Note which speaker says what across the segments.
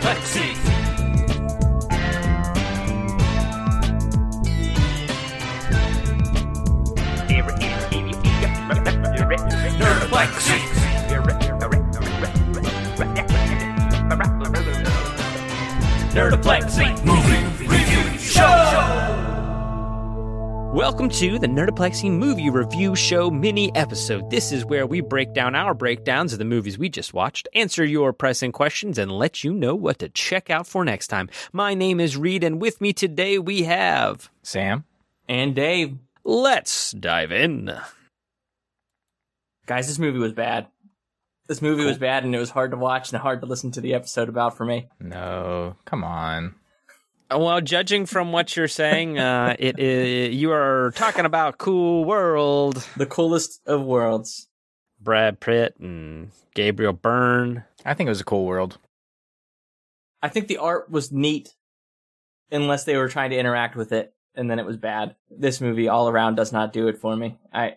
Speaker 1: Taxi. Nerflexi. Nerdplexy Movie Review Show.
Speaker 2: Welcome to the Nerdoplexy Movie Review Show mini episode. This is where we break down our breakdowns of the movies we just watched, answer your pressing questions, and let you know what to check out for next time. My name is Reed, and with me today we have
Speaker 3: Sam.
Speaker 4: And Dave,
Speaker 2: Let's dive in.
Speaker 4: guys, this movie was bad. This movie was bad, and it was hard to watch and hard to listen to the episode about for me.
Speaker 3: No, come on.
Speaker 2: Well, judging from what you're saying, uh, it, i- you are talking about cool world.
Speaker 4: The coolest of worlds.
Speaker 2: Brad Pitt and Gabriel Byrne.
Speaker 3: I think it was a cool world.
Speaker 4: I think the art was neat, unless they were trying to interact with it, and then it was bad. This movie all around does not do it for me. I,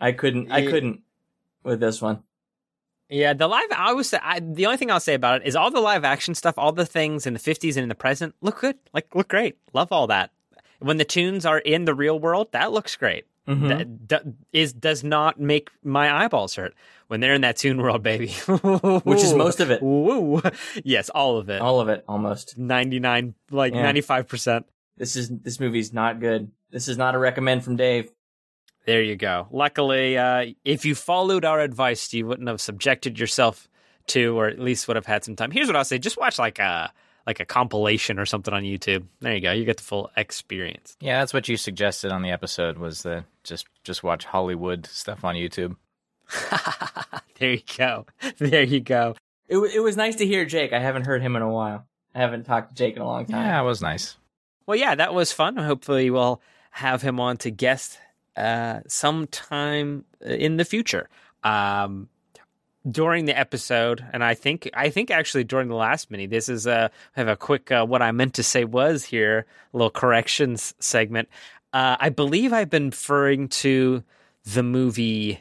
Speaker 4: I couldn't. I
Speaker 2: Yeah.
Speaker 4: couldn't with this one.
Speaker 2: Yeah, the live. I was I, the only thing I'll say about it is all the live action stuff, all the things in the '50s and in the present look good. Like look great. Love all that. When the tunes are in the real world, that looks great.
Speaker 4: Mhm.
Speaker 2: That d- is does not make my eyeballs hurt when they're in that tune world, baby. Which
Speaker 4: is most of it.
Speaker 2: Woo. Yes, all of it.
Speaker 4: all of it, almost.
Speaker 2: 99 like
Speaker 4: Yeah.
Speaker 2: 95%.
Speaker 4: This is this movie's not good. This is not a recommend from Dave.
Speaker 2: There you go. Luckily, uh, if you followed our advice, you wouldn't have subjected yourself to, or at least would have had some time. Here's what I'll say: just watch like a like a compilation or something on YouTube. There you go. You get the full experience.
Speaker 3: Yeah, that's what you suggested on the episode was the just just watch Hollywood stuff on YouTube.
Speaker 2: there you go. There you go.
Speaker 4: It wa- it was nice to hear Jake. I haven't heard him in a while. I haven't talked to Jake in a long time.
Speaker 3: Yeah, it was nice.
Speaker 2: Well, yeah, that was fun. Hopefully, we'll have him on to guest uh, sometime uh, in the future. Um, during the episode, and I think I think actually during the last mini, this is uh, I have a quick uh, what I meant to say was here a little corrections segment. Uh, I believe I've been referring to the movie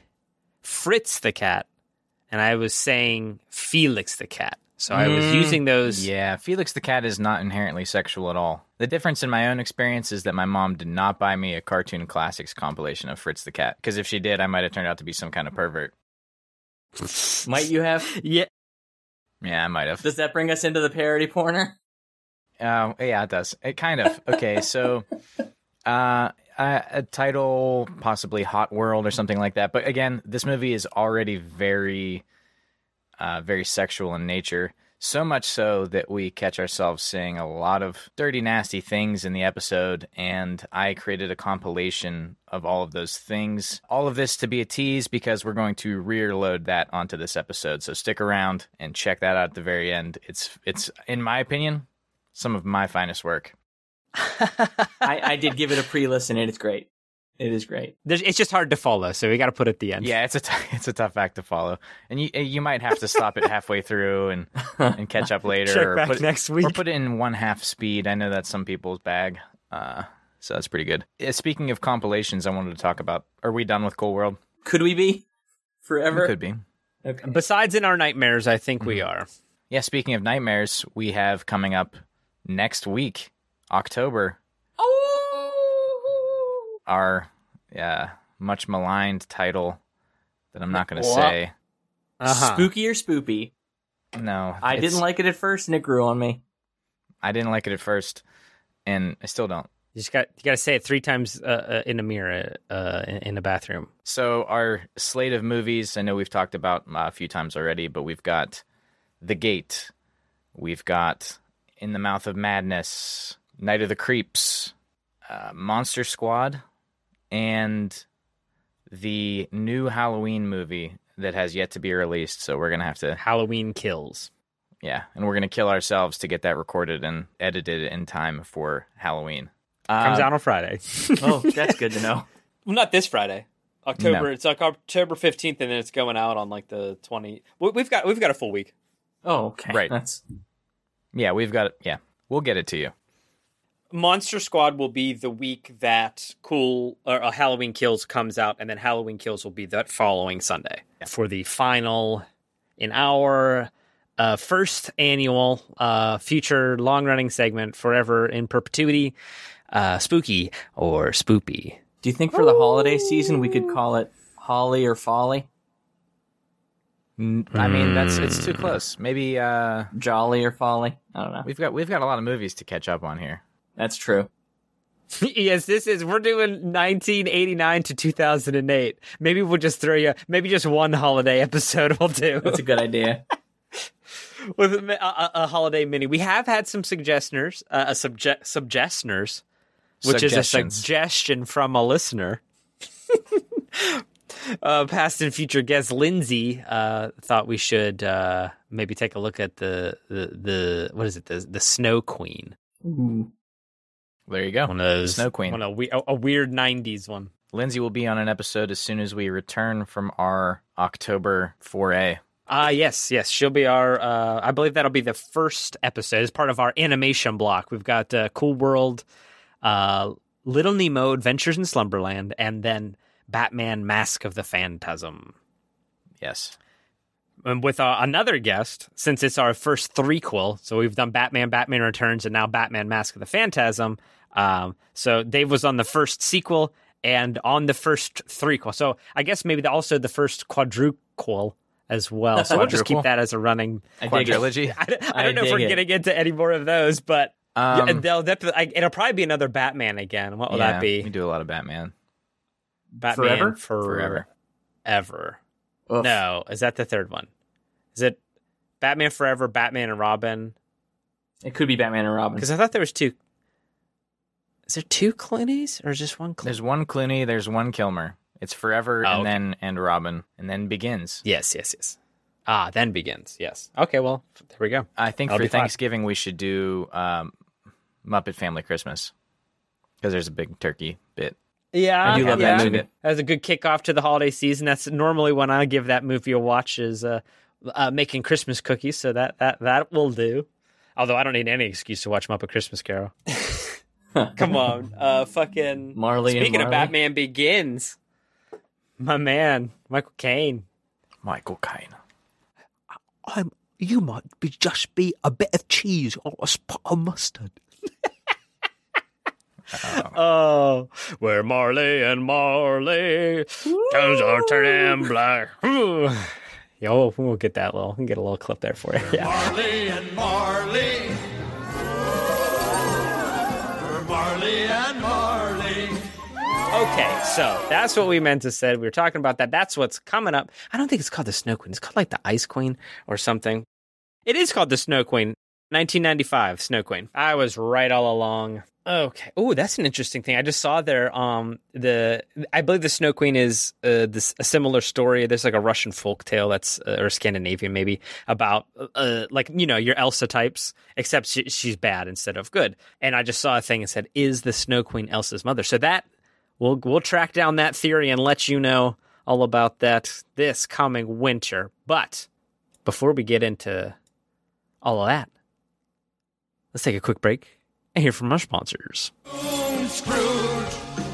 Speaker 2: Fritz the Cat, and I was saying Felix the Cat. So I was
Speaker 3: Mm,
Speaker 2: using those.
Speaker 3: Yeah, Felix the Cat is not inherently sexual at all. The difference in my own experience is that my mom did not buy me a Cartoon Classics compilation of Fritz the Cat because if she did, I might have turned out to be some kind of pervert.
Speaker 4: Might you have?
Speaker 2: yeah,
Speaker 3: Yeah, I might have.
Speaker 4: Does that bring us into the parody corner?
Speaker 3: Uh, yeah, it does. It kind of. Okay, so uh, a, a title possibly Hot World or something like that. But again, this movie is already very, uh, very sexual in nature. So much so that we catch ourselves saying a lot of dirty, nasty things in the episode. And I created a compilation of all of those things. All of this to be a tease because we're going to rear load that onto this episode. So stick around and check that out at the very end. It's, it's in my opinion, some of my finest work.
Speaker 4: I, I did give it a pre-listen, and it's great. It is great.
Speaker 2: There's, it's just hard to follow, so we got to put it at the end.
Speaker 3: Yeah, it's a t- it's a tough act to follow, and you you might have to stop it halfway through and and catch up later,
Speaker 2: check
Speaker 3: or
Speaker 2: back
Speaker 3: put,
Speaker 2: next
Speaker 3: or
Speaker 2: week.
Speaker 3: put it in one half speed. I know that's some people's bag, uh, so that's pretty good. Uh, Speaking of compilations, I wanted to talk about. Are we done with Cool World?
Speaker 4: Could we be
Speaker 3: We
Speaker 4: forever?
Speaker 3: could be.
Speaker 4: Okay.
Speaker 2: Besides in our nightmares, I think we are.
Speaker 3: Yeah. Speaking of nightmares, we have coming up next week, October. Oh. Our yeah much maligned title that I'm not going to
Speaker 4: Wha-
Speaker 3: say.
Speaker 2: Uh-huh.
Speaker 4: Spooky or spoopy?
Speaker 3: No,
Speaker 4: I
Speaker 3: it's-
Speaker 4: didn't like it at first, and it grew on me.
Speaker 3: I didn't like it at first, and I still don't.
Speaker 2: You just got you got to say it three times uh, uh, in a mirror uh, in, in a bathroom.
Speaker 3: So our slate of movies, I know we've talked about uh, a few times already, but we've got The Gate, we've got In the Mouth of Madness, Night of the Creeps, uh, Monster Squad, and the new Halloween movie that has yet to be released. So we're gonna have to,
Speaker 2: Halloween kills.
Speaker 3: yeah, and we're gonna kill ourselves to get that recorded and edited in time for Halloween.
Speaker 2: Comes
Speaker 3: Uh,
Speaker 2: out on Friday.
Speaker 4: Oh, that's good to know.
Speaker 2: well, not this Friday.
Speaker 3: October-
Speaker 2: It's like October fifteenth, and then it's going out on like the twenty. We've got we've got a full week.
Speaker 4: Oh, okay.
Speaker 3: Right.
Speaker 4: That's
Speaker 3: Yeah, we've got it. Yeah, we'll get it to you.
Speaker 2: Monster Squad will be the week that Cool or uh, Halloween Kills comes out, and then Halloween Kills will be that following Sunday for the final, in our uh, first annual uh, future long running segment, Forever in Perpetuity, uh, Spooky or Spoopy.
Speaker 4: Do you think for the holiday season we could call it Holly or Folly,
Speaker 3: N- I mean, that's it's
Speaker 2: Hmm.
Speaker 3: too close. Maybe uh,
Speaker 4: Jolly or Folly? I don't know.
Speaker 3: we've got we've got a lot of movies to catch up on here.
Speaker 4: That's true.
Speaker 2: yes, this is, we're doing 1989 to 2008. Maybe we'll just throw you, maybe just one holiday episode will do.
Speaker 4: That's a good idea.
Speaker 2: with a, a, a holiday mini. We have had some suggestioners, uh, a subje- suggestioners, which is a
Speaker 3: Suggestions.
Speaker 2: suggestion from a listener. uh, past and future guest Lindsay uh, thought we should uh, maybe take a look at the, the the what is it the the Snow Queen
Speaker 4: Ooh.
Speaker 3: There you go.
Speaker 2: one of those
Speaker 3: Snow Queen.
Speaker 2: one of we- a, a weird '90s one.
Speaker 3: Lindsay will be on an episode as soon as we return from our October foray.
Speaker 2: Ah, yes, yes. She'll be our. Uh, I believe that'll be the first episode as part of our animation block. We've got uh, Cool World, uh, Little Nemo, Adventures in Slumberland, and then Batman: Mask of the Phantasm.
Speaker 3: Yes.
Speaker 2: And with uh, another guest, since it's our first threequel, so we've done Batman, Batman Returns, and now Batman: Mask of the Phantasm. Um, so Dave was on the first sequel and on the first threequel. So I guess maybe the, also the first quadruquel as well. So I'll just keep
Speaker 3: Quadruquel?
Speaker 2: that as a running
Speaker 4: I dig it.
Speaker 3: Quadrilogy.
Speaker 2: I don't, I
Speaker 4: I
Speaker 2: don't know if
Speaker 4: dig
Speaker 2: we're
Speaker 4: it.
Speaker 2: getting into any more of those, but yeah,
Speaker 3: Um,
Speaker 2: they'll definitely. I, it'll probably be another Batman again. What will
Speaker 3: yeah,
Speaker 2: that
Speaker 3: We
Speaker 2: be?
Speaker 3: do a lot of Batman
Speaker 2: Batman
Speaker 4: Forever?
Speaker 3: forever.
Speaker 2: forever.
Speaker 4: Oof.
Speaker 2: No, is that the third one? Is it Batman Forever, Batman and Robin?
Speaker 4: It could be Batman and Robin.
Speaker 2: Because I thought there was two. Is there two Clooney's or just one? Clooney?
Speaker 3: There's one Clooney. There's one Kilmer. It's forever
Speaker 2: Oh,
Speaker 3: and
Speaker 2: okay.
Speaker 3: then and Robin and then begins.
Speaker 2: Yes, yes, yes. Ah, then begins. Yes. Okay. Well, there we go.
Speaker 3: I think
Speaker 2: That'll
Speaker 3: for
Speaker 2: be fun.
Speaker 3: Thanksgiving we should do um, Muppet Family Christmas because there's a big turkey bit.
Speaker 2: Yeah,
Speaker 4: I do love that
Speaker 2: Ah, yeah.
Speaker 4: movie.
Speaker 2: That was a good kickoff to the holiday season. That's normally when I give that movie a watch is uh, uh, making Christmas cookies. So that that that will do. Although I don't need any excuse to watch Muppet Christmas Carol. Come on, uh, fucking
Speaker 4: Marley and
Speaker 2: Speaking of
Speaker 4: Marley.
Speaker 2: Batman Begins, my man Michael Caine.
Speaker 3: Michael Caine.
Speaker 5: I'm. You might be just be a bit of cheese or a spot of mustard.
Speaker 2: Oh, where Marley and Marley turns are turning black. Ooh. Yeah, we'll, we'll get that little. We can get a little clip there for you. Yeah.
Speaker 1: Marley and Marley. We're Marley and Marley.
Speaker 2: Okay, so that's what we meant to say. We were talking about that. That's what's coming up. I don't think it's called the Snow Queen. It's called like the Ice Queen or something. It is called the Snow Queen. 1995 Snow Queen. I was right all along. Okay. Oh, that's an interesting thing. I just saw there. Um, the I believe the Snow Queen is uh, this a similar story. There's like a Russian folk tale that's uh, or Scandinavian maybe about uh, like you know your Elsa types, except she, she's bad instead of good. And I just saw a thing and said, "Is the Snow Queen Elsa's mother?" So that we'll we'll track down that theory and let you know all about that this coming winter. But before we get into all of that, let's take a quick break and hear from our sponsors.
Speaker 1: Boom, Scrooge,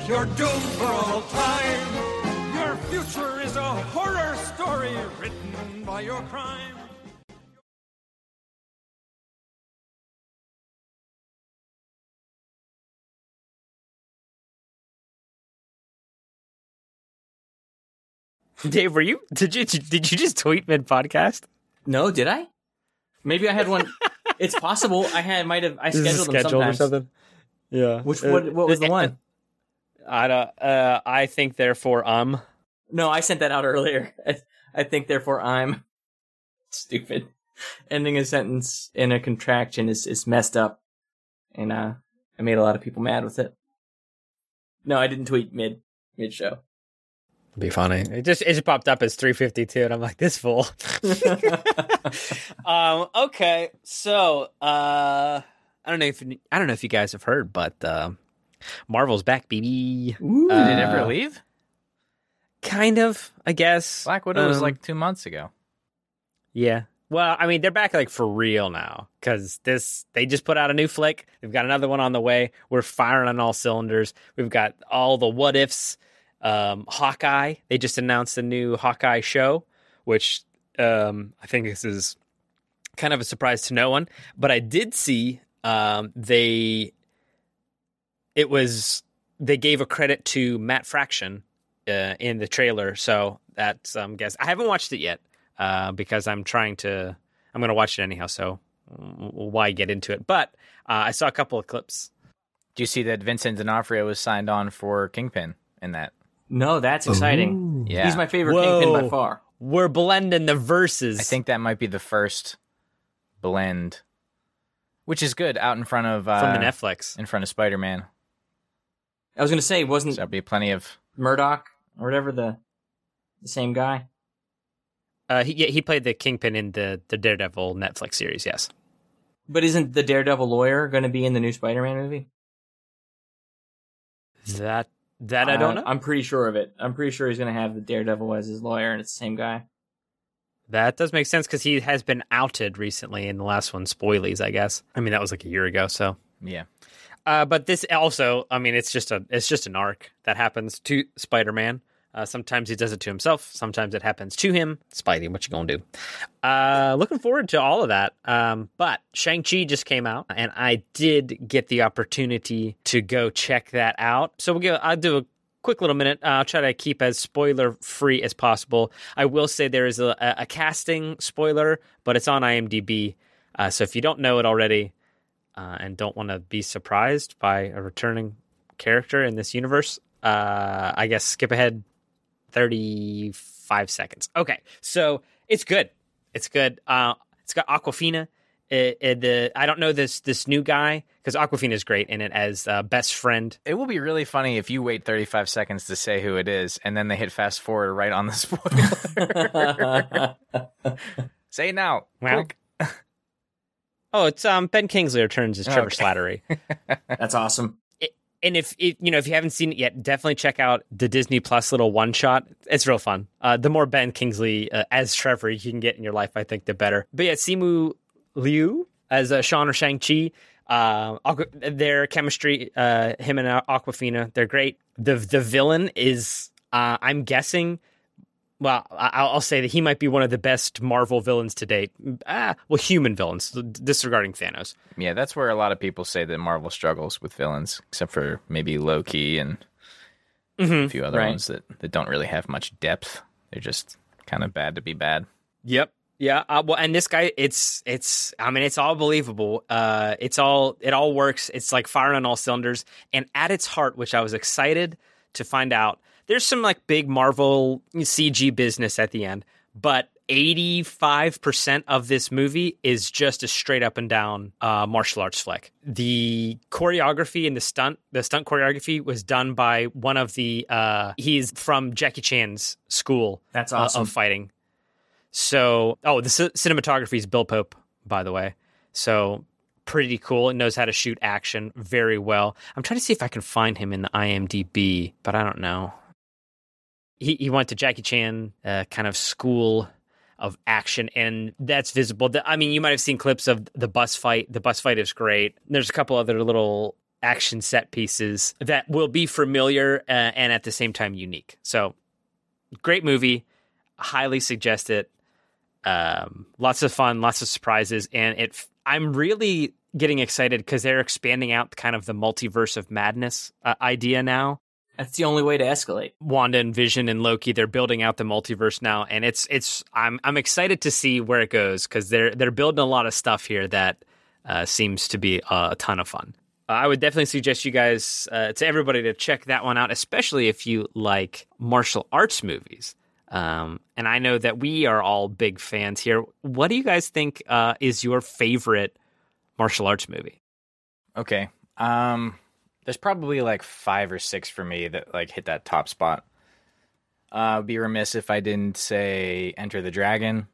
Speaker 1: you're doomed for all time. Your future is a horror story written by your crime.
Speaker 2: Dave, were you did you did you just tweet mid podcast?
Speaker 4: No, did I? Maybe I had one. it's possible. I had might have. I scheduled them sometimes.
Speaker 2: Yeah.
Speaker 4: Which what? What was the one?
Speaker 2: I don't. Uh, I think therefore um.
Speaker 4: No, I sent that out earlier. I, I think therefore I'm stupid. Ending a sentence in a contraction is is messed up, and uh, I made a lot of people mad with it. No, I didn't tweet mid mid show.
Speaker 2: Be funny. It just it just popped up as 352, and I'm like, this fool. um. Okay. So, uh, I don't know if I don't know if you guys have heard, but uh, Marvel's back, baby.
Speaker 3: Did it
Speaker 2: Uh,
Speaker 3: ever leave?
Speaker 2: Kind of, I guess.
Speaker 3: Black Widow was
Speaker 2: Um,
Speaker 3: like two months ago.
Speaker 2: yeah. Well, I mean, they're back like for real now because this they just put out a new flick. They've got another one on the way. We're firing on all cylinders. We've got all the what ifs. Um, Hawkeye. They just announced a new Hawkeye show, which um, I think this is kind of a surprise to no one. But I did see um, they it was they gave a credit to Matt Fraction uh, in the trailer, so that's um, guess I haven't watched it yet uh, because I'm trying to I'm going to watch it anyhow. So w- why get into it? But uh, I saw a couple of clips.
Speaker 3: Do you see that Vincent D'Onofrio was signed on for Kingpin in that?
Speaker 4: No, that's exciting.
Speaker 3: Yeah,
Speaker 4: He's my favorite
Speaker 2: Whoa.
Speaker 4: kingpin by far.
Speaker 2: We're blending the verses.
Speaker 3: I think that might be the first blend, which is good out in front of uh,
Speaker 2: from the Netflix.
Speaker 3: in front of Spider Man.
Speaker 4: I was gonna say, wasn't
Speaker 3: There'll be plenty of
Speaker 4: Murdoch or whatever the the same guy?
Speaker 2: Uh, he yeah, he played the Kingpin in the the Daredevil Netflix series. Yes.
Speaker 4: But isn't the Daredevil lawyer gonna be in the new Spider-Man movie?
Speaker 2: That that I
Speaker 3: Uh,
Speaker 2: don't know.
Speaker 4: Uh, I'm pretty sure of it. I'm pretty sure he's gonna have the Daredevil as his lawyer, and it's the same guy.
Speaker 2: that does make sense because he has been outed recently in the last one. Spoilies, I guess. I mean, that was like a year ago. So,
Speaker 3: yeah.
Speaker 2: uh, but this also, I mean, it's just a it's just an arc that happens to Spider Man. Uh, sometimes he does it to himself. Sometimes it happens to him. Spidey, what you gonna do? Uh, looking forward to all of that. Um, but Shang Chi just came out, and I did get the opportunity to go check that out. So we'll give. I'll do a quick little minute. Uh, I'll try to keep as spoiler free as possible. I will say there is a, a casting spoiler, but it's on IMDb. Uh, so if you don't know it already, uh, and don't want to be surprised by a returning character in this universe, uh, I guess skip ahead 35 seconds. Okay, so it's good. It's good. Uh, it's got Aquafina. It, it- the I don't know this this new guy because Aquafina is great in it as uh, best friend.
Speaker 3: It will be really funny if you wait 35 seconds to say who it is, and then they hit fast forward right on the spoiler. say it now.
Speaker 2: Wow.
Speaker 3: quick.
Speaker 2: Oh, it's um Ben Kingsley returns as Trevor
Speaker 3: Okay.
Speaker 2: Slattery.
Speaker 4: That's awesome.
Speaker 2: and if it, you know if you haven't seen it yet, definitely check out the Disney Plus little one shot. It's real fun. Uh, the more Ben Kingsley uh, as Trevor you can get in your life, I think, the better. But yeah, Simu Liu as uh, Sean or Shang Chi. Uh, Aqua- their chemistry, uh, him and Aquafina, they're great. The the villain is, uh, I'm guessing. Well, I- I'll I'll say that he might be one of the best Marvel villains to date. Ah, well, human villains, disregarding Thanos.
Speaker 3: Yeah, that's where a lot of people say that Marvel struggles with villains, except for maybe Loki and a few other
Speaker 4: Right.
Speaker 3: ones that, that don't really have much depth. They're just kind of bad to be bad.
Speaker 2: Yep. Yeah. Uh, well, and this guy, it's it's. I mean, it's all believable. Uh, it's all it all works. It's like firing on all cylinders. And at its heart, which I was excited to find out, there's some like big Marvel CG business at the end, but. 85% of this movie is just a straight up and down uh, martial arts flick. The choreography and the stunt, the stunt choreography was done by one of the, uh, he's from Jackie Chan's school
Speaker 4: That's
Speaker 2: uh,
Speaker 4: awesome.
Speaker 2: of fighting. So, oh, the c- cinematography is Bill Pope, by the way. So, pretty cool. It knows how to shoot action very well. I'm trying to see if I can find him in the IMDb, but I don't know. He he went to Jackie Chan uh, kind of school of action, and that's visible. The- I mean, you might have seen clips of the bus fight. The bus fight is great. There's a couple other little action set pieces that will be familiar uh, and at the same time unique. So, great movie. Highly suggest it um, lots of fun, lots of surprises, and it. f- I'm really getting excited because they're expanding out kind of the multiverse of madness uh, idea now.
Speaker 4: That's the only way to escalate.
Speaker 2: Wanda and Vision and Loki, they're building out the multiverse now, and it's it's. I'm I'm excited to see where it goes because they're they're building a lot of stuff here that uh, seems to be uh, a ton of fun. I would definitely suggest you guys uh, to everybody to check that one out, especially if you like martial arts movies. Um, and I know that we are all big fans here. What do you guys think uh, is your favorite martial arts movie?
Speaker 3: Okay. Um there's probably like five or six for me that like hit that top spot. Uh I'd be remiss if I didn't say Enter the Dragon,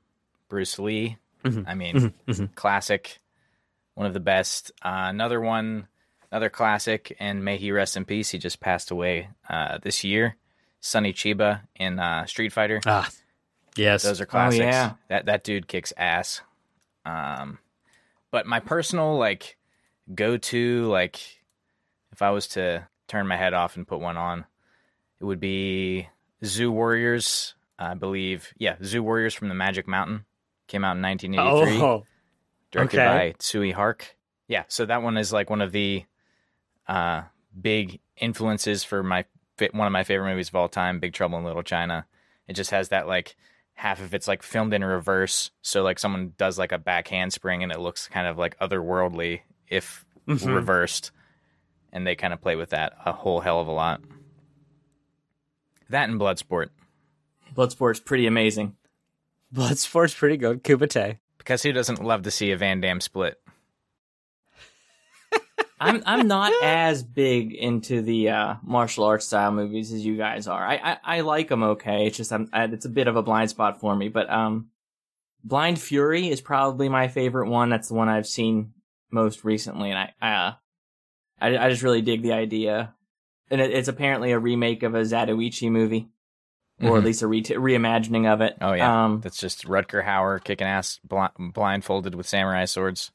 Speaker 3: Bruce Lee. I mean, classic, one of the best. Uh, another one, another classic, and may he rest in peace. He just passed away uh this year. Sonny Chiba in uh Street Fighter.
Speaker 2: Ah, yes,
Speaker 3: Those are classics.
Speaker 4: yeah.
Speaker 3: That that dude kicks ass. Um, but my personal like go to like if I was to turn my head off and put one on, it would be Zoo Warriors. I believe, yeah, Zoo Warriors from the Magic Mountain came out in 1983.
Speaker 2: oh,
Speaker 3: directed
Speaker 2: Okay.
Speaker 3: by Tsui Hark. Yeah, so that one is like one of the uh, big influences for my fa- one of my favorite movies of all time, Big Trouble in Little China. It just has that like half of it's like filmed in reverse, so like someone does like a back handspring and it looks kind of like otherworldly if
Speaker 2: Mhm.
Speaker 3: reversed, and they kind of play with that a whole hell of a lot. That and Bloodsport.
Speaker 4: Bloodsport's pretty amazing.
Speaker 2: Bloodsport's pretty good. Kubite.
Speaker 3: Because who doesn't love to see a Van Damme split?
Speaker 4: I'm I'm not as big into the uh, martial arts style movies as you guys are. I I, I like them okay. It's just I'm I, it's a bit of a blind spot for me. But um, Blind Fury is probably my favorite one. That's the one I've seen most recently, and I I uh, I, I just really dig the idea. And it, it's apparently a remake of a Zatoichi movie, or at
Speaker 3: Mhm.
Speaker 4: least a re- reimagining of it.
Speaker 3: Oh, yeah.
Speaker 4: Um,
Speaker 3: That's just Rutger Hauer kicking ass bl- blindfolded with samurai swords.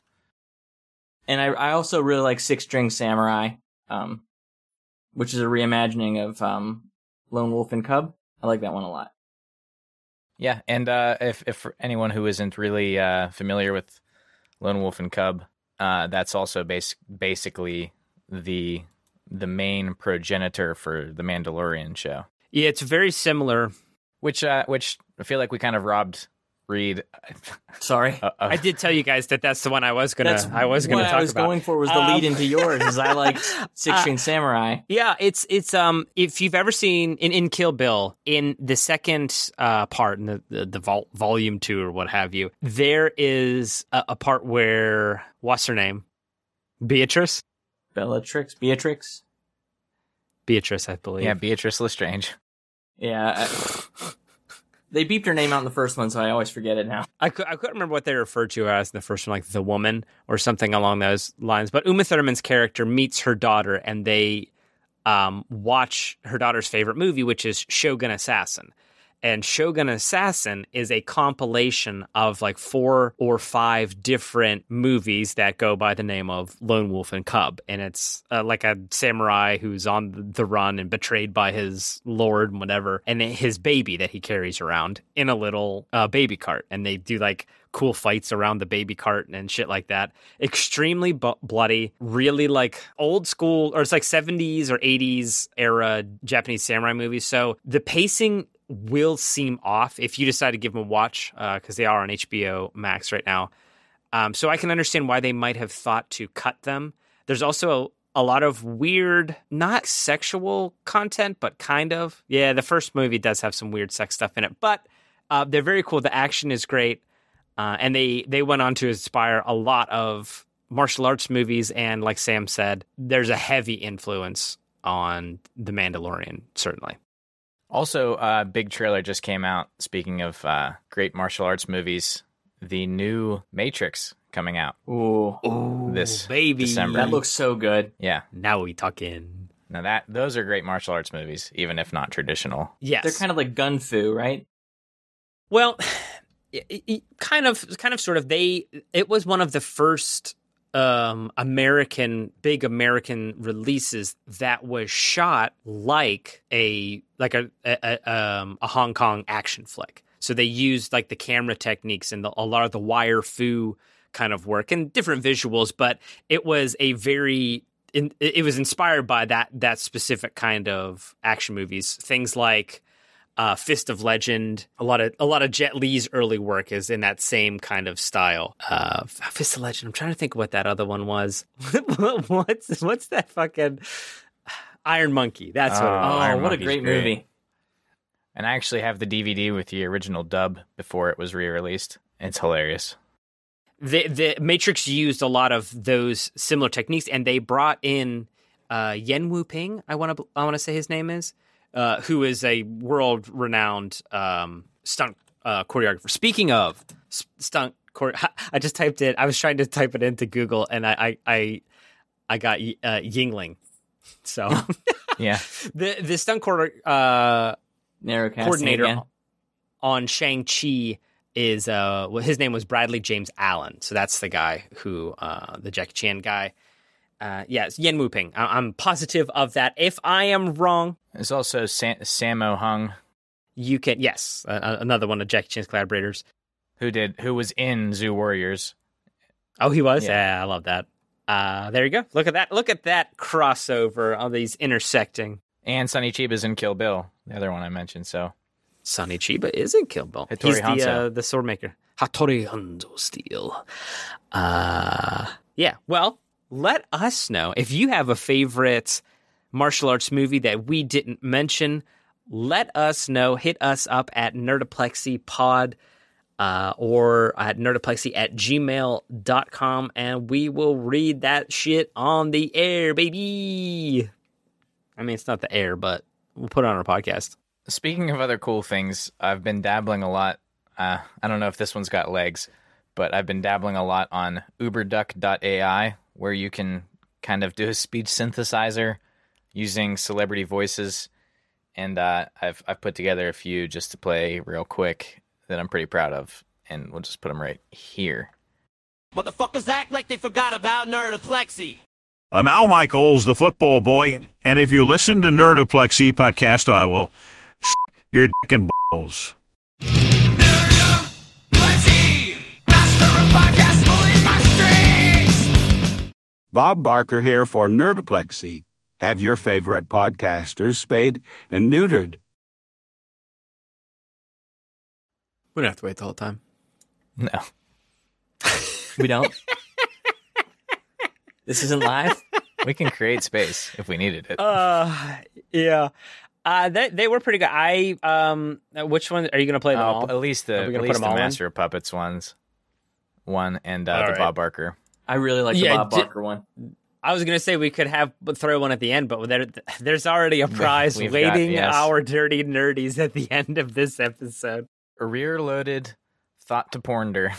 Speaker 4: and I, I also really like Six String Samurai, um, which is a reimagining of um, Lone Wolf and Cub. I like that one a lot.
Speaker 3: Yeah, and uh, if if for anyone who isn't really uh, familiar with Lone Wolf and Cub, uh, that's also bas- basically the the main progenitor for the Mandalorian show,
Speaker 2: Yeah, it's very similar.
Speaker 3: which uh, which I feel like we kind of robbed Reed.
Speaker 4: Sorry,
Speaker 3: uh,
Speaker 2: I did tell you guys that that's the one I was gonna.
Speaker 4: that's
Speaker 2: I was gonna
Speaker 4: what
Speaker 2: talk
Speaker 4: I was
Speaker 2: about.
Speaker 4: going for was the
Speaker 2: Um,
Speaker 4: lead into yours. Is I like Six
Speaker 2: Uh,
Speaker 4: String Samurai.
Speaker 2: Yeah, it's it's um if you've ever seen in in Kill Bill in the second uh part in the the, the vol- volume 2 or what have you, there is a, a part where what's her name? Beatrice?
Speaker 4: Bellatrix, Beatrix.
Speaker 2: Beatrice, I believe.
Speaker 3: yeah, Beatrice Lestrange.
Speaker 4: Yeah, I- they beeped her name out in the first one, so I always forget it now.
Speaker 2: I, cou- I couldn't remember what they referred to as in the first one, like the woman or something along those lines. But Uma Thurman's character meets her daughter, and they um, watch her daughter's favorite movie, which is Shogun Assassin. And Shogun Assassin is a compilation of like four or five different movies that go by the name of Lone Wolf and Cub. And it's uh, like a samurai who's on the run and betrayed by his lord and whatever, and his baby that he carries around in a little uh, baby cart. And they do like cool fights around the baby cart and shit like that. Extremely bu- bloody, really like old school, or it's like 70s or 80s era Japanese samurai movies. So the pacing will seem off if you decide to give them a watch because they are on HBO Max right now. Um, so I can understand why they might have thought to cut them. There's also a, a lot of weird, not sexual content, but kind of. Yeah, the first movie does have some weird sex stuff in it, but uh, they're very cool. The action is great, uh, and they they went on to inspire a lot of martial arts movies. And like Sam said, there's a heavy influence on The Mandalorian, certainly.
Speaker 3: Also, uh, big trailer just came out. Speaking of uh, great martial arts movies, the new Matrix coming out.
Speaker 4: Ooh,
Speaker 3: This
Speaker 2: baby,
Speaker 3: December.
Speaker 4: Oh, that looks so good.
Speaker 3: Yeah,
Speaker 2: Now we talking.
Speaker 3: now that those are great martial arts movies, even if not traditional.
Speaker 2: Yes,
Speaker 4: They're kind of like gun fu, right?
Speaker 2: Well, it, it- kind of, kind of, sort of. They it was one of the first um, American, big American releases that was shot like a like a a, a, um, a Hong Kong action flick. So they used like the camera techniques and the, a lot of the wire foo kind of work and different visuals, but it was a very in, it it was inspired by that that specific kind of action movies. Things like uh, Fist of Legend. A lot of a lot of Jet Li's early work is in that same kind of style. Uh, Fist of Legend. I'm trying to think what that other one was. what's what's that fucking Iron Monkey? That's what.
Speaker 3: Oh,
Speaker 2: it was.
Speaker 4: Oh,
Speaker 3: Iron
Speaker 4: what a
Speaker 3: Monkey's
Speaker 4: great
Speaker 3: great.
Speaker 4: movie!
Speaker 3: And I actually have the DVD with the original dub before it was re-released. It's hilarious.
Speaker 2: the the Matrix used a lot of those similar techniques, and they brought in uh, Yen Wu Ping. I want to I want to say his name is, uh, who is a world renowned um, stunt uh, choreographer. Speaking of s- stunt chore, I just typed it. I was trying to type it into Google, and I I I, I got uh, Yingling. So
Speaker 3: Yeah,
Speaker 2: the the stunt chore, uh
Speaker 4: Narrow casting
Speaker 2: coordinator
Speaker 4: again.
Speaker 2: on Shang Chi is uh well, his name was Bradley James Allen, so that's the guy who uh the Jackie Chan guy. Uh, yes, Yen Wu Ping. I- I'm positive of that. If I am wrong,
Speaker 3: there's also Sam- Sammo Hung,
Speaker 2: you can. Yes, uh, another one of Jackie Chan's collaborators.
Speaker 3: who did who was in Zoo Warriors,
Speaker 2: Oh, he was.
Speaker 3: Yeah.
Speaker 2: Yeah, I love that. Uh, there you go. Look at that. Look at that crossover on these intersecting.
Speaker 3: And Sonny Chiba's in Kill Bill, the other one I mentioned. So
Speaker 2: Sonny Chiba is in Kill Bill.
Speaker 3: Hattori
Speaker 2: He's
Speaker 3: Hanzo.
Speaker 2: the uh, the sword maker. Hattori Hanzo Steel. Uh, yeah. Well, let us know if you have a favorite martial arts movie that we didn't mention. Let us know. Hit us up at nerdoplexypod uh, or at nerdoplexy at gmail.com and we will read that shit on the air, baby. I mean, it's not the air, but we'll put it on our podcast.
Speaker 3: Speaking of other cool things, I've been dabbling a lot. Uh, I don't know if this one's got legs, but I've been dabbling a lot on uberduck.ai, where you can kind of do a speech synthesizer using celebrity voices. And uh, I've, I've put together a few just to play real quick that I'm pretty proud of. And we'll just put them right here.
Speaker 6: Motherfuckers act like they forgot about Nerdoplexy.
Speaker 7: I'm Al Michaels, the football boy, and if you listen to Nerdoplexy podcast, I will your dick and balls.
Speaker 8: Bob Barker here for Nerdplexy. Have your favorite podcasters spayed and neutered.
Speaker 2: We don't have to wait the whole time.
Speaker 3: No.
Speaker 4: We don't. this isn't live.
Speaker 3: We can create space if we needed it.
Speaker 2: Uh, yeah. Uh, they, they were pretty good. I um, uh, which one are you gonna play them
Speaker 3: Oh,
Speaker 2: all?
Speaker 3: at least
Speaker 2: Are
Speaker 3: the,
Speaker 2: we
Speaker 3: at
Speaker 2: gonna put
Speaker 3: least
Speaker 2: them
Speaker 3: the
Speaker 2: all in?
Speaker 3: Master of Puppets ones. One and uh,
Speaker 2: All
Speaker 3: the
Speaker 2: right.
Speaker 3: Bob Barker.
Speaker 4: I really like the
Speaker 2: Yeah,
Speaker 4: Bob
Speaker 2: di-
Speaker 4: Barker one.
Speaker 2: I was gonna say we could have throw one at the end, but there, there's already a prize
Speaker 3: We've got-
Speaker 2: waiting
Speaker 3: yes.
Speaker 2: our dirty nerdies at the end of this episode.
Speaker 3: rear loaded thought to pornder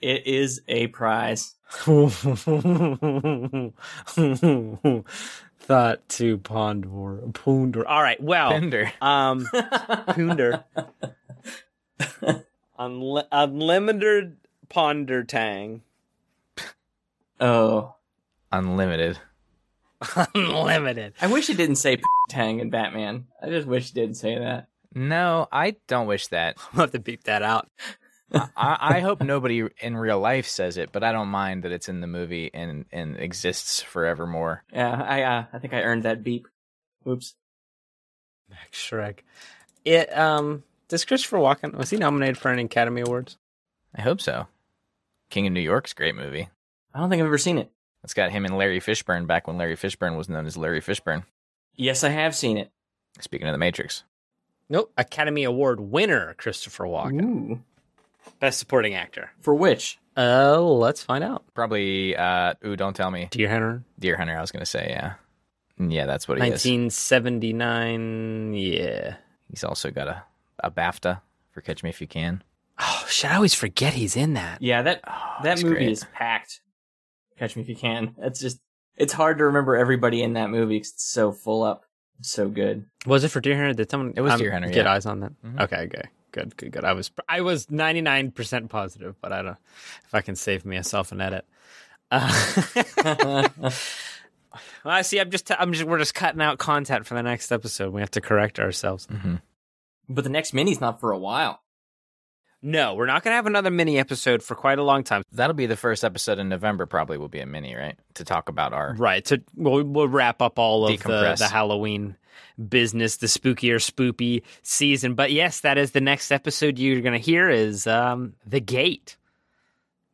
Speaker 4: It is a prize.
Speaker 2: Thought to ponder, ponder. All right, well,
Speaker 3: pender
Speaker 2: um, ponder, Unli- unlimited ponder tang,
Speaker 4: Oh,
Speaker 3: unlimited
Speaker 2: unlimited.
Speaker 4: I wish it didn't say p- Tang and Batman. I just wish it didn't say that.
Speaker 3: no i don't wish that
Speaker 2: We'll have to beep that out.
Speaker 3: I, I hope nobody in real life says it but i don't mind that it's in the movie and and exists forevermore
Speaker 4: Yeah, I uh, I think I earned that beep. Oops.
Speaker 2: Max Shrek. It um does Christopher Walken was he nominated for any Academy Awards?
Speaker 3: i hope so king of new york's a great movie
Speaker 4: I don't think I've ever seen it.
Speaker 3: it's got him and larry fishburne back when larry fishburne was known as larry fishburne
Speaker 4: Yes, I have seen it.
Speaker 3: speaking of the matrix
Speaker 2: Nope. Academy Award winner Christopher Walken,
Speaker 4: Ooh.
Speaker 2: best supporting actor.
Speaker 4: For which?
Speaker 2: Oh, let's find out.
Speaker 3: probably uh ooh don't tell me
Speaker 2: Deer Hunter,
Speaker 3: deer hunter i was gonna say yeah yeah that's what he is
Speaker 2: nineteen seventy nine. Yeah.
Speaker 3: he's also got a, a bafta for catch me if you can
Speaker 2: Oh shit! I always forget he's in that.
Speaker 4: Yeah, that that
Speaker 3: that's
Speaker 4: movie
Speaker 3: great.
Speaker 4: is packed. Catch me if you can. That's just it's hard to remember everybody in that movie 'cause it's so full up. It's so good.
Speaker 2: Was it for Deer Hunter? Did someone?
Speaker 3: It was
Speaker 2: um,
Speaker 3: Deer Hunter,
Speaker 2: Get
Speaker 3: yeah.
Speaker 2: eyes on that.
Speaker 3: Mhm.
Speaker 2: Okay. Okay. Good. Good. Good. I was I was ninety nine percent positive, but I don't. If I can save myself an edit. Uh, Well, I see. I'm just. I'm just. We're just cutting out content for the next episode. We have to correct ourselves.
Speaker 3: mm-hmm.
Speaker 4: But the next mini's not for a while.
Speaker 2: No, we're not going to have another mini episode for quite a long time.
Speaker 3: That'll be the first episode in November. Probably will be a mini, right? To talk about our
Speaker 2: Right. So we'll, we'll wrap up all of the,
Speaker 3: Decompress.
Speaker 2: the Halloween business, the spooky or spoopy season. But yes, that is the next episode you're going to hear is um, the Gate,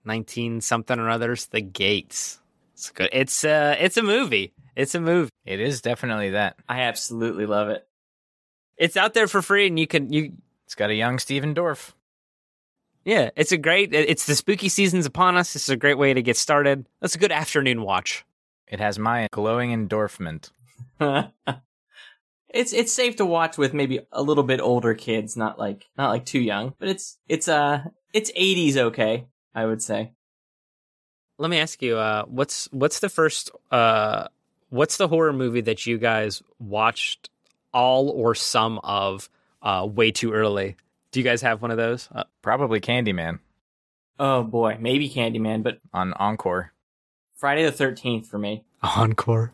Speaker 2: nineteen something or others. The Gates. It's good. It's uh, it's a movie. It's a movie.
Speaker 3: It is definitely that.
Speaker 4: I absolutely love it.
Speaker 2: It's out there for free, and you can you
Speaker 3: It's got a young Steven Dorff.
Speaker 2: Yeah, it's a great. It's the spooky season's upon us. It's a great way to get started. That's a good afternoon watch.
Speaker 3: It has my glowing endorphment.
Speaker 4: it's it's safe to watch with maybe a little bit older kids, not like not like too young, but it's it's uh it's 80s okay, I would say.
Speaker 2: Let me ask you, uh, what's what's the first, uh, what's the horror movie that you guys watched all or some of uh, way too early? Do you guys have one of those? Uh,
Speaker 3: Probably Candyman
Speaker 4: Oh boy, maybe Candyman, but
Speaker 3: on Encore.
Speaker 4: Friday the 13th for me.
Speaker 2: Encore,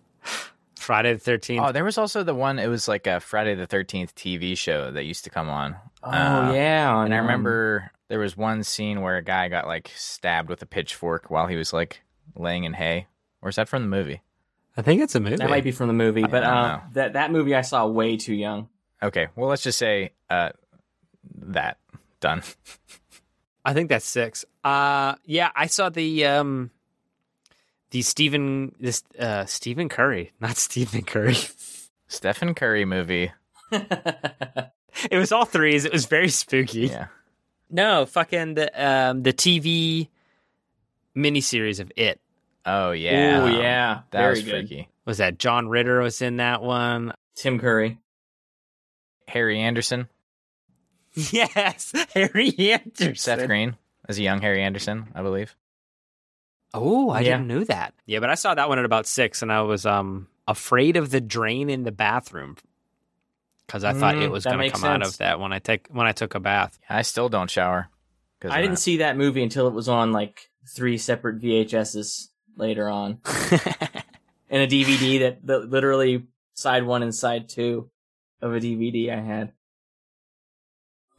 Speaker 2: Friday the Thirteenth.
Speaker 3: Oh, there was also the one. It was like a Friday the Thirteenth TV show that used to come on.
Speaker 4: Oh
Speaker 3: Uh,
Speaker 4: yeah, on,
Speaker 3: and I
Speaker 4: um,
Speaker 3: remember There was one scene where a guy got like stabbed with a pitchfork while he was like laying in hay. Or is that from the movie?
Speaker 2: I think it's a movie.
Speaker 4: That might be from the movie, but
Speaker 3: don't
Speaker 4: uh,
Speaker 3: know.
Speaker 4: that that movie I saw way too young.
Speaker 3: Okay, well let's just say uh that done.
Speaker 2: I think that's six. Uh yeah, I saw the um the Stephen this uh Stephen Curry, not Stephen Curry.
Speaker 3: Stephen Curry movie.
Speaker 2: it was all threes. It was very spooky.
Speaker 3: Yeah.
Speaker 2: No, fucking the um the TV miniseries of it.
Speaker 3: Oh yeah.
Speaker 4: Oh yeah,
Speaker 3: That
Speaker 4: very
Speaker 3: was
Speaker 4: good.
Speaker 3: freaky.
Speaker 2: Was that John Ritter was in that one?
Speaker 4: Tim Curry.
Speaker 3: Harry Anderson,
Speaker 2: Yes, Harry Anderson.
Speaker 3: Seth Green as a young Harry Anderson, I believe.
Speaker 2: Oh, I
Speaker 4: Yeah.
Speaker 2: didn't know that. Yeah, but I saw that one at about six, and I was um afraid of the drain in the bathroom because I thought it
Speaker 4: Mm,
Speaker 2: was
Speaker 4: that
Speaker 2: going to
Speaker 4: makes
Speaker 2: come out of
Speaker 4: sense.
Speaker 2: that when I take when I took a bath.
Speaker 3: I still don't shower. 'cause of
Speaker 4: I didn't
Speaker 3: that.
Speaker 4: see that movie until it was on like three separate VHSs later on, and a DVD that, that literally side one and side two of a DVD I had.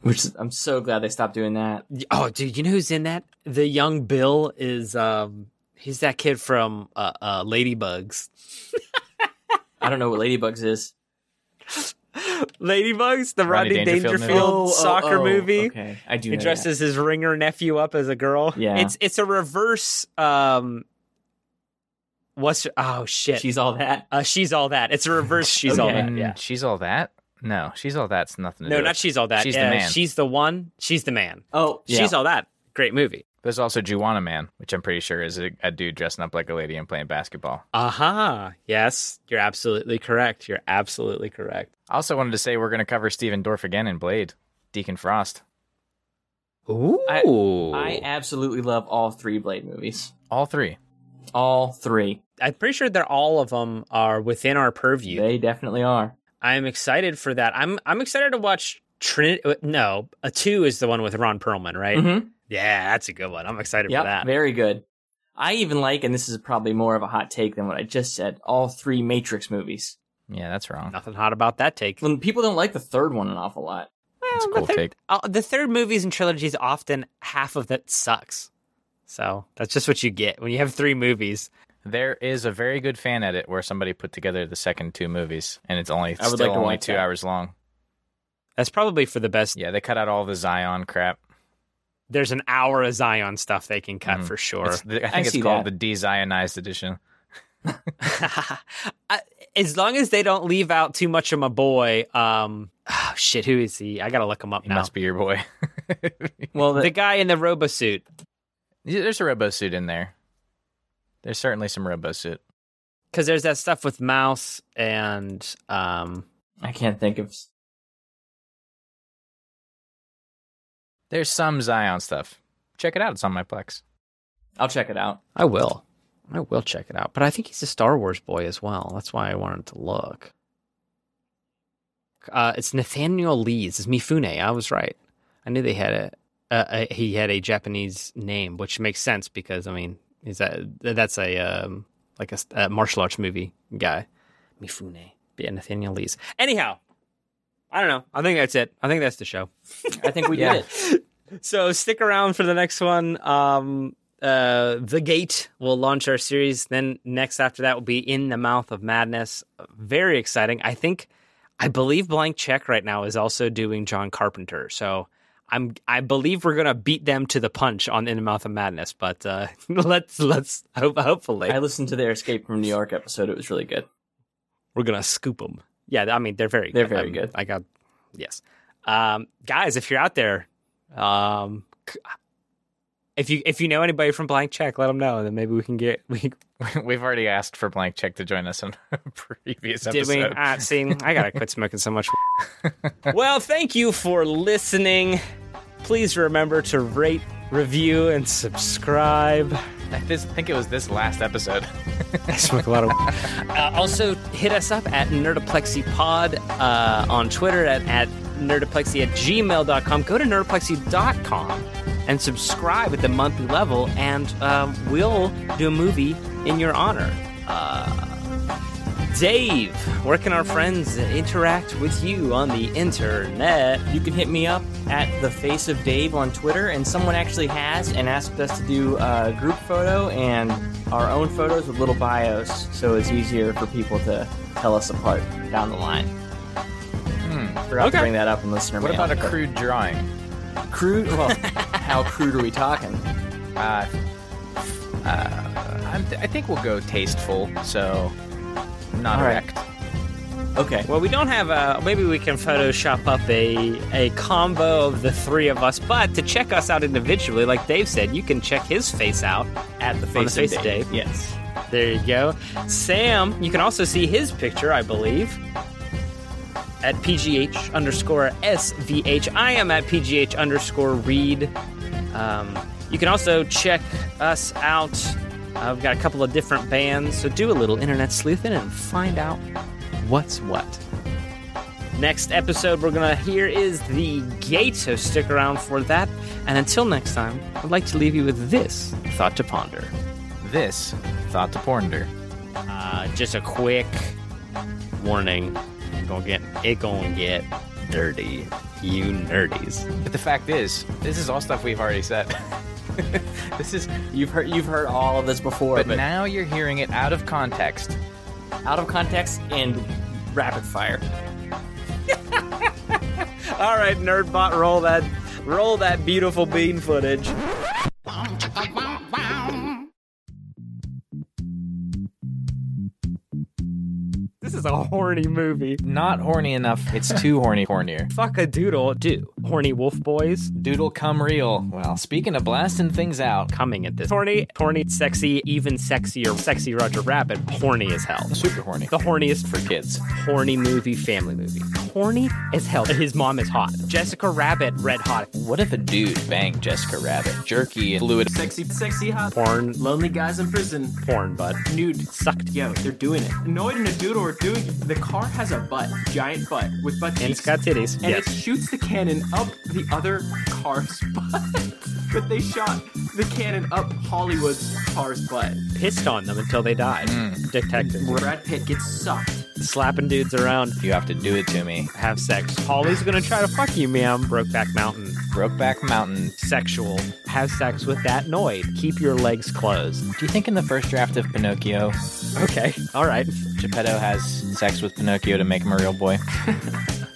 Speaker 4: Which I'm so glad they stopped doing that.
Speaker 2: oh, dude, you know who's in that? The young Bill is um he's that kid from uh, uh Ladybugs.
Speaker 4: I don't know what Ladybugs is.
Speaker 2: Ladybugs, the
Speaker 3: Rodney
Speaker 2: Rodney,
Speaker 3: Dangerfield
Speaker 2: Dangerfield,
Speaker 3: movie.
Speaker 4: Oh,
Speaker 2: soccer movie.
Speaker 4: Okay, I do.
Speaker 2: He
Speaker 4: know that.
Speaker 2: oh, dresses his ringer nephew up as a girl.
Speaker 4: Yeah.
Speaker 2: it's it's a reverse. um What's oh shit?
Speaker 4: She's all that.
Speaker 2: Uh, she's all that. It's a reverse. She's all
Speaker 4: Okay.
Speaker 2: that.
Speaker 3: And
Speaker 2: Yeah.
Speaker 3: She's all that? No, she's all that's nothing to
Speaker 2: No,
Speaker 3: do.
Speaker 2: not
Speaker 3: with.
Speaker 2: she's all that.
Speaker 3: She's
Speaker 2: She's
Speaker 3: the man.
Speaker 2: She's the one. She's the man.
Speaker 4: Oh, yeah.
Speaker 2: She's all that. Great movie.
Speaker 3: There's also Juana Man, which I'm pretty sure is a, a dude dressing up like a lady and playing basketball.
Speaker 2: Aha. Uh-huh. Yes, you're absolutely correct. You're absolutely correct.
Speaker 3: I also wanted to say we're going to cover Steven Dorff again in Blade, Deacon Frost.
Speaker 2: Ooh.
Speaker 4: I absolutely love all three Blade movies.
Speaker 3: All three.
Speaker 4: All three.
Speaker 2: I'm pretty sure that all of them are within our purview.
Speaker 4: They definitely are.
Speaker 2: I'm excited for that. I'm I'm excited to watch Trinity. No, a two is the one with Ron Perlman, right?
Speaker 4: Mm-hmm.
Speaker 2: Yeah, that's a good one. I'm excited for
Speaker 4: Yep.
Speaker 2: that.
Speaker 4: Very good. I even like, and this is probably more of a hot take than what I just said, all three Matrix movies.
Speaker 3: Yeah, that's wrong.
Speaker 2: Nothing hot about that take.
Speaker 4: When people don't like the third one an awful lot.
Speaker 3: That's a
Speaker 2: Well,
Speaker 3: cool
Speaker 2: the third,
Speaker 3: take.
Speaker 2: uh, the third movies and trilogies often half of that sucks. So that's just what you get when you have three movies.
Speaker 3: There is a very good fan edit where somebody put together the second two movies, and it's only
Speaker 4: I would
Speaker 3: still
Speaker 4: like to
Speaker 3: only
Speaker 4: watch
Speaker 3: two
Speaker 4: that.
Speaker 3: hours long.
Speaker 2: That's probably for the best.
Speaker 3: Yeah, they cut out all the Zion crap.
Speaker 2: There's an hour of Zion stuff they can
Speaker 3: Mm-hmm.
Speaker 2: cut for sure.
Speaker 3: It's the- I think
Speaker 4: I
Speaker 3: it's
Speaker 4: see
Speaker 3: called
Speaker 4: that.
Speaker 3: the de-Zionized edition.
Speaker 2: I- as long as they don't leave out too much of my boy. Um, oh, shit, who is he? I gotta look him up
Speaker 3: It
Speaker 2: now.
Speaker 3: must be your boy.
Speaker 4: Well, the,
Speaker 2: The guy in the robo suit.
Speaker 3: Yeah, There's a RoboSuit in there. There's certainly some RoboSuit.
Speaker 2: because there's that stuff with mouse and um
Speaker 4: I can't think of.
Speaker 3: There's some Zion stuff. Check it out. It's on my Plex.
Speaker 4: I'll check it out.
Speaker 2: i will i will check it out but i think he's a star wars boy as well that's why i wanted to look uh it's nathaniel lees it's mifune i was right i knew they had a uh, a- he had a japanese name which makes sense because i mean is that that's a um like a, s- a martial arts movie guy mifune yeah nathaniel lees anyhow i don't know i think that's it i think that's the show
Speaker 4: I think we
Speaker 3: Yeah.
Speaker 4: did it.
Speaker 2: So stick around for the next one. Um, uh, the Gate will launch our series. Then next after that will be In the Mouth of Madness. Very exciting. I think, I believe Blank Check right now is also doing John Carpenter. So I'm, I believe we're gonna beat them to the punch on In the Mouth of Madness. But uh, let's let's hope hopefully
Speaker 4: I listened to their Escape from New York episode. It was really good.
Speaker 2: we're gonna scoop them. Yeah, I mean they're very
Speaker 4: They're
Speaker 2: good.
Speaker 4: very
Speaker 2: I'm-
Speaker 4: good.
Speaker 2: I got yes, um, guys. If you're out there, um, c- if you if you know anybody from Blank Check, let them know, and then maybe we can get we
Speaker 3: We've already asked for Blank Check to join us on a previous
Speaker 2: did we
Speaker 3: episode.
Speaker 2: ah, see I gotta quit smoking so much. well, thank you for listening. Please remember to rate, review, and subscribe.
Speaker 3: I just think it was this last episode.
Speaker 2: I smoke a lot of. Uh, also, hit us up at nerdoplexypod uh, on Twitter at, at nerdoplexy at gmail.com. Go to nerdoplexy.com and subscribe at the monthly level, and um, we'll do a movie in your honor. Uh, Dave, where can our friends interact with you on the internet?
Speaker 4: You can hit me up at the face of Dave on Twitter, and someone actually has and asked us to do a group photo and our own photos with little bios, so it's easier for people to tell us apart down the line. Forgot
Speaker 2: Okay.
Speaker 4: to bring that up in listener
Speaker 3: What
Speaker 4: mail,
Speaker 3: about a
Speaker 4: but-
Speaker 3: crude drawing?
Speaker 4: crude? Well, how crude are we talking?
Speaker 3: Uh, uh, I'm th- I think we'll go tasteful, so not
Speaker 4: All right.
Speaker 3: erect.
Speaker 4: Okay.
Speaker 2: Well, we don't have a. Maybe we can Photoshop up a a combo of the three of us. But to check us out individually, like Dave said, you can check his face out
Speaker 4: At the face,
Speaker 2: on the face
Speaker 4: of
Speaker 2: of
Speaker 4: Dave.
Speaker 2: Dave.
Speaker 4: Yes.
Speaker 2: There you go. Sam, you can also see his picture, I believe, at PGH underscore SVH. I am at PGH underscore Reed. Um, you can also check us out. Uh, we've got a couple of different bands, so do a little internet sleuthing and find out what's what. Next episode we're going to hear is The Gate, so stick around for that. And until next time, I'd like to leave you with this thought to ponder.
Speaker 3: This thought to ponder.
Speaker 2: Uh, just a quick warning. It gonna get it gonna get dirty, you nerdies.
Speaker 3: But the fact is, this is all stuff we've already said. this is,
Speaker 4: You've heard you've heard all of this before,
Speaker 3: but
Speaker 4: but
Speaker 3: now you're hearing it out of context.
Speaker 4: out of context and rapid fire.
Speaker 2: All right, nerdbot, roll that roll that beautiful bean footage. This is a horny movie.
Speaker 3: Not horny enough. It's too horny hornier.
Speaker 2: Fuck a doodle, do horny wolf boys
Speaker 3: Doodle come real. Well, speaking of blasting things out,
Speaker 2: coming at this horny, horny, sexy, even sexier, sexy Roger Rabbit, horny as hell.
Speaker 3: super horny
Speaker 2: The horniest
Speaker 3: for kids.
Speaker 2: horny movie, family movie. Horny as hell. His mom is hot. Jessica Rabbit, red hot.
Speaker 3: What if a dude banged Jessica Rabbit? Jerky and fluid.
Speaker 4: Sexy, sexy hot.
Speaker 2: Porn,
Speaker 4: Lonely guys in prison.
Speaker 2: porn, bud.
Speaker 4: Nude.
Speaker 2: Sucked.
Speaker 4: Yo, they're doing it. Annoyed and a doodle are doing The car has a butt, giant butt, with butt
Speaker 2: And it's
Speaker 4: cheeks.
Speaker 2: got titties.
Speaker 4: and it shoots the cannon up the other car's butt. but they shot the cannon up Hollywood's car's butt.
Speaker 2: Pissed on them until they died. Detective.
Speaker 4: Brad Pitt gets sucked.
Speaker 2: Slapping dudes around.
Speaker 3: You have to do it to me.
Speaker 2: Have sex. Holly's gonna try to fuck you, ma'am. Brokeback Mountain.
Speaker 3: Brokeback Mountain.
Speaker 2: Sexual. Have sex with that noid. Keep your legs closed.
Speaker 3: Do you think in the first draft of Pinocchio,
Speaker 2: Okay. All right.
Speaker 3: Geppetto has sex with Pinocchio to make him a real boy?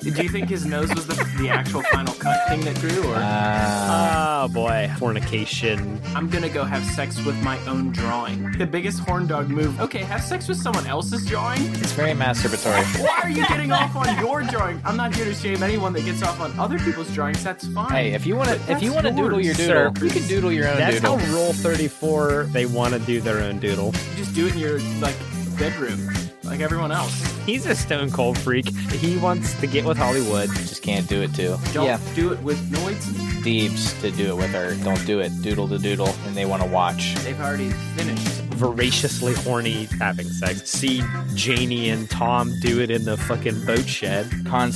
Speaker 4: Do you think his nose was the, the actual final cut thing that grew, or
Speaker 2: Uh.
Speaker 3: Uh,
Speaker 2: Oh boy. Fornication.
Speaker 4: I'm gonna go have sex with my own drawing? The biggest horn dog move. Okay, have sex with someone else's drawing?
Speaker 3: It's very masturbatory.
Speaker 4: Why are you getting off on your drawing? I'm not here to shame anyone that gets off on other people's drawings. That's fine.
Speaker 3: Hey, if you want to, if you
Speaker 4: That's
Speaker 3: want to doodle your
Speaker 4: yours,
Speaker 3: doodle,
Speaker 4: sir.
Speaker 3: you can doodle your own
Speaker 2: That's how
Speaker 3: doodle.
Speaker 2: Rule 34 they want to do their own doodle.
Speaker 4: you just do it in your like bedroom, like everyone else.
Speaker 2: He's a stone cold freak. He wants to get with Hollywood.
Speaker 3: Just can't do it too.
Speaker 4: Don't
Speaker 3: Yeah,
Speaker 4: do it with noids.
Speaker 3: Deebs to do it with her. Don't do it. Doodle to doodle, and they want to watch.
Speaker 4: They've already finished.
Speaker 2: Voraciously horny having sex. See Janie and Tom do it in the fucking boat shed.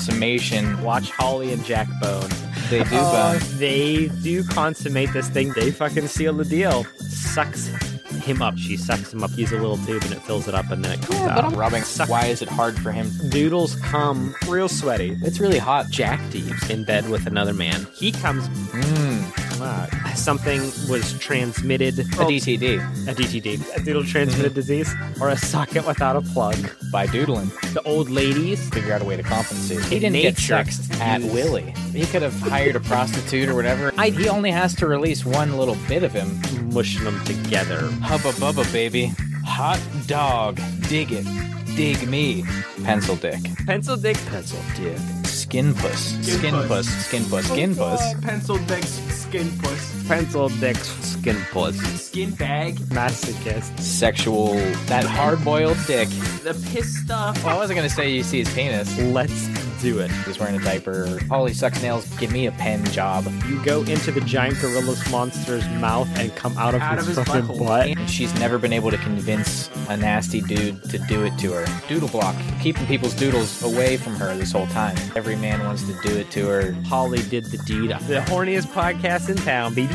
Speaker 3: Consummation.
Speaker 2: Watch Holly and Jack Bone.
Speaker 3: They do uh,
Speaker 2: Oh,
Speaker 3: bone.
Speaker 2: they do consummate this thing. They fucking seal the deal. Sucks him up. She sucks him up. He's a little tube and it fills it up and then it comes out.
Speaker 3: Rubbing.
Speaker 2: Suck.
Speaker 3: Why is it hard for him?
Speaker 2: Doodles come real sweaty.
Speaker 3: It's really hot.
Speaker 2: Jack Deeves in bed with another man. He comes
Speaker 4: Mm.
Speaker 2: back. Something was transmitted.
Speaker 3: A
Speaker 4: Oh.
Speaker 3: DTD
Speaker 2: a DTD, a fetal
Speaker 4: Mm-hmm.
Speaker 2: transmitted disease, or a socket without a plug.
Speaker 3: by doodling.
Speaker 2: The old ladies.
Speaker 3: Figure out a way to compensate. He
Speaker 2: It
Speaker 3: didn't get
Speaker 2: matrixed
Speaker 3: sexed at
Speaker 2: use.
Speaker 3: Willie. He could have hired a prostitute or whatever. I, he only has to release one little bit of him.
Speaker 2: Mushing them together.
Speaker 3: Hubba bubba, baby. Hot dog. Dig it. Dig me. Pencil dick.
Speaker 2: Pencil dick, pencil dick.
Speaker 3: Skin puss. Skin
Speaker 4: puss.
Speaker 3: puss. Skin puss. Skin puss.
Speaker 4: Pencil bag, skin puss,
Speaker 2: Pencil dick, skin puss.
Speaker 4: skin bag,
Speaker 2: Masochist.
Speaker 3: Sexual. That hard boiled dick.
Speaker 4: the piss stuff.
Speaker 3: Well, I wasn't going to say you see his penis.
Speaker 2: Let's do it.
Speaker 3: He's wearing a diaper. Holy sucks nails. Give me a pen job.
Speaker 2: You go into the giant gorilla's monster's mouth and come out of,
Speaker 4: Out
Speaker 2: his,
Speaker 4: of his
Speaker 2: fucking
Speaker 4: butthole.
Speaker 2: butt.
Speaker 3: And she's never been able to convince a nasty dude to do it to her. Doodle block, keeping people's doodles away from her this whole time. Every man wants to do it to her.
Speaker 2: Holly did the deed. The horniest podcast in town, baby.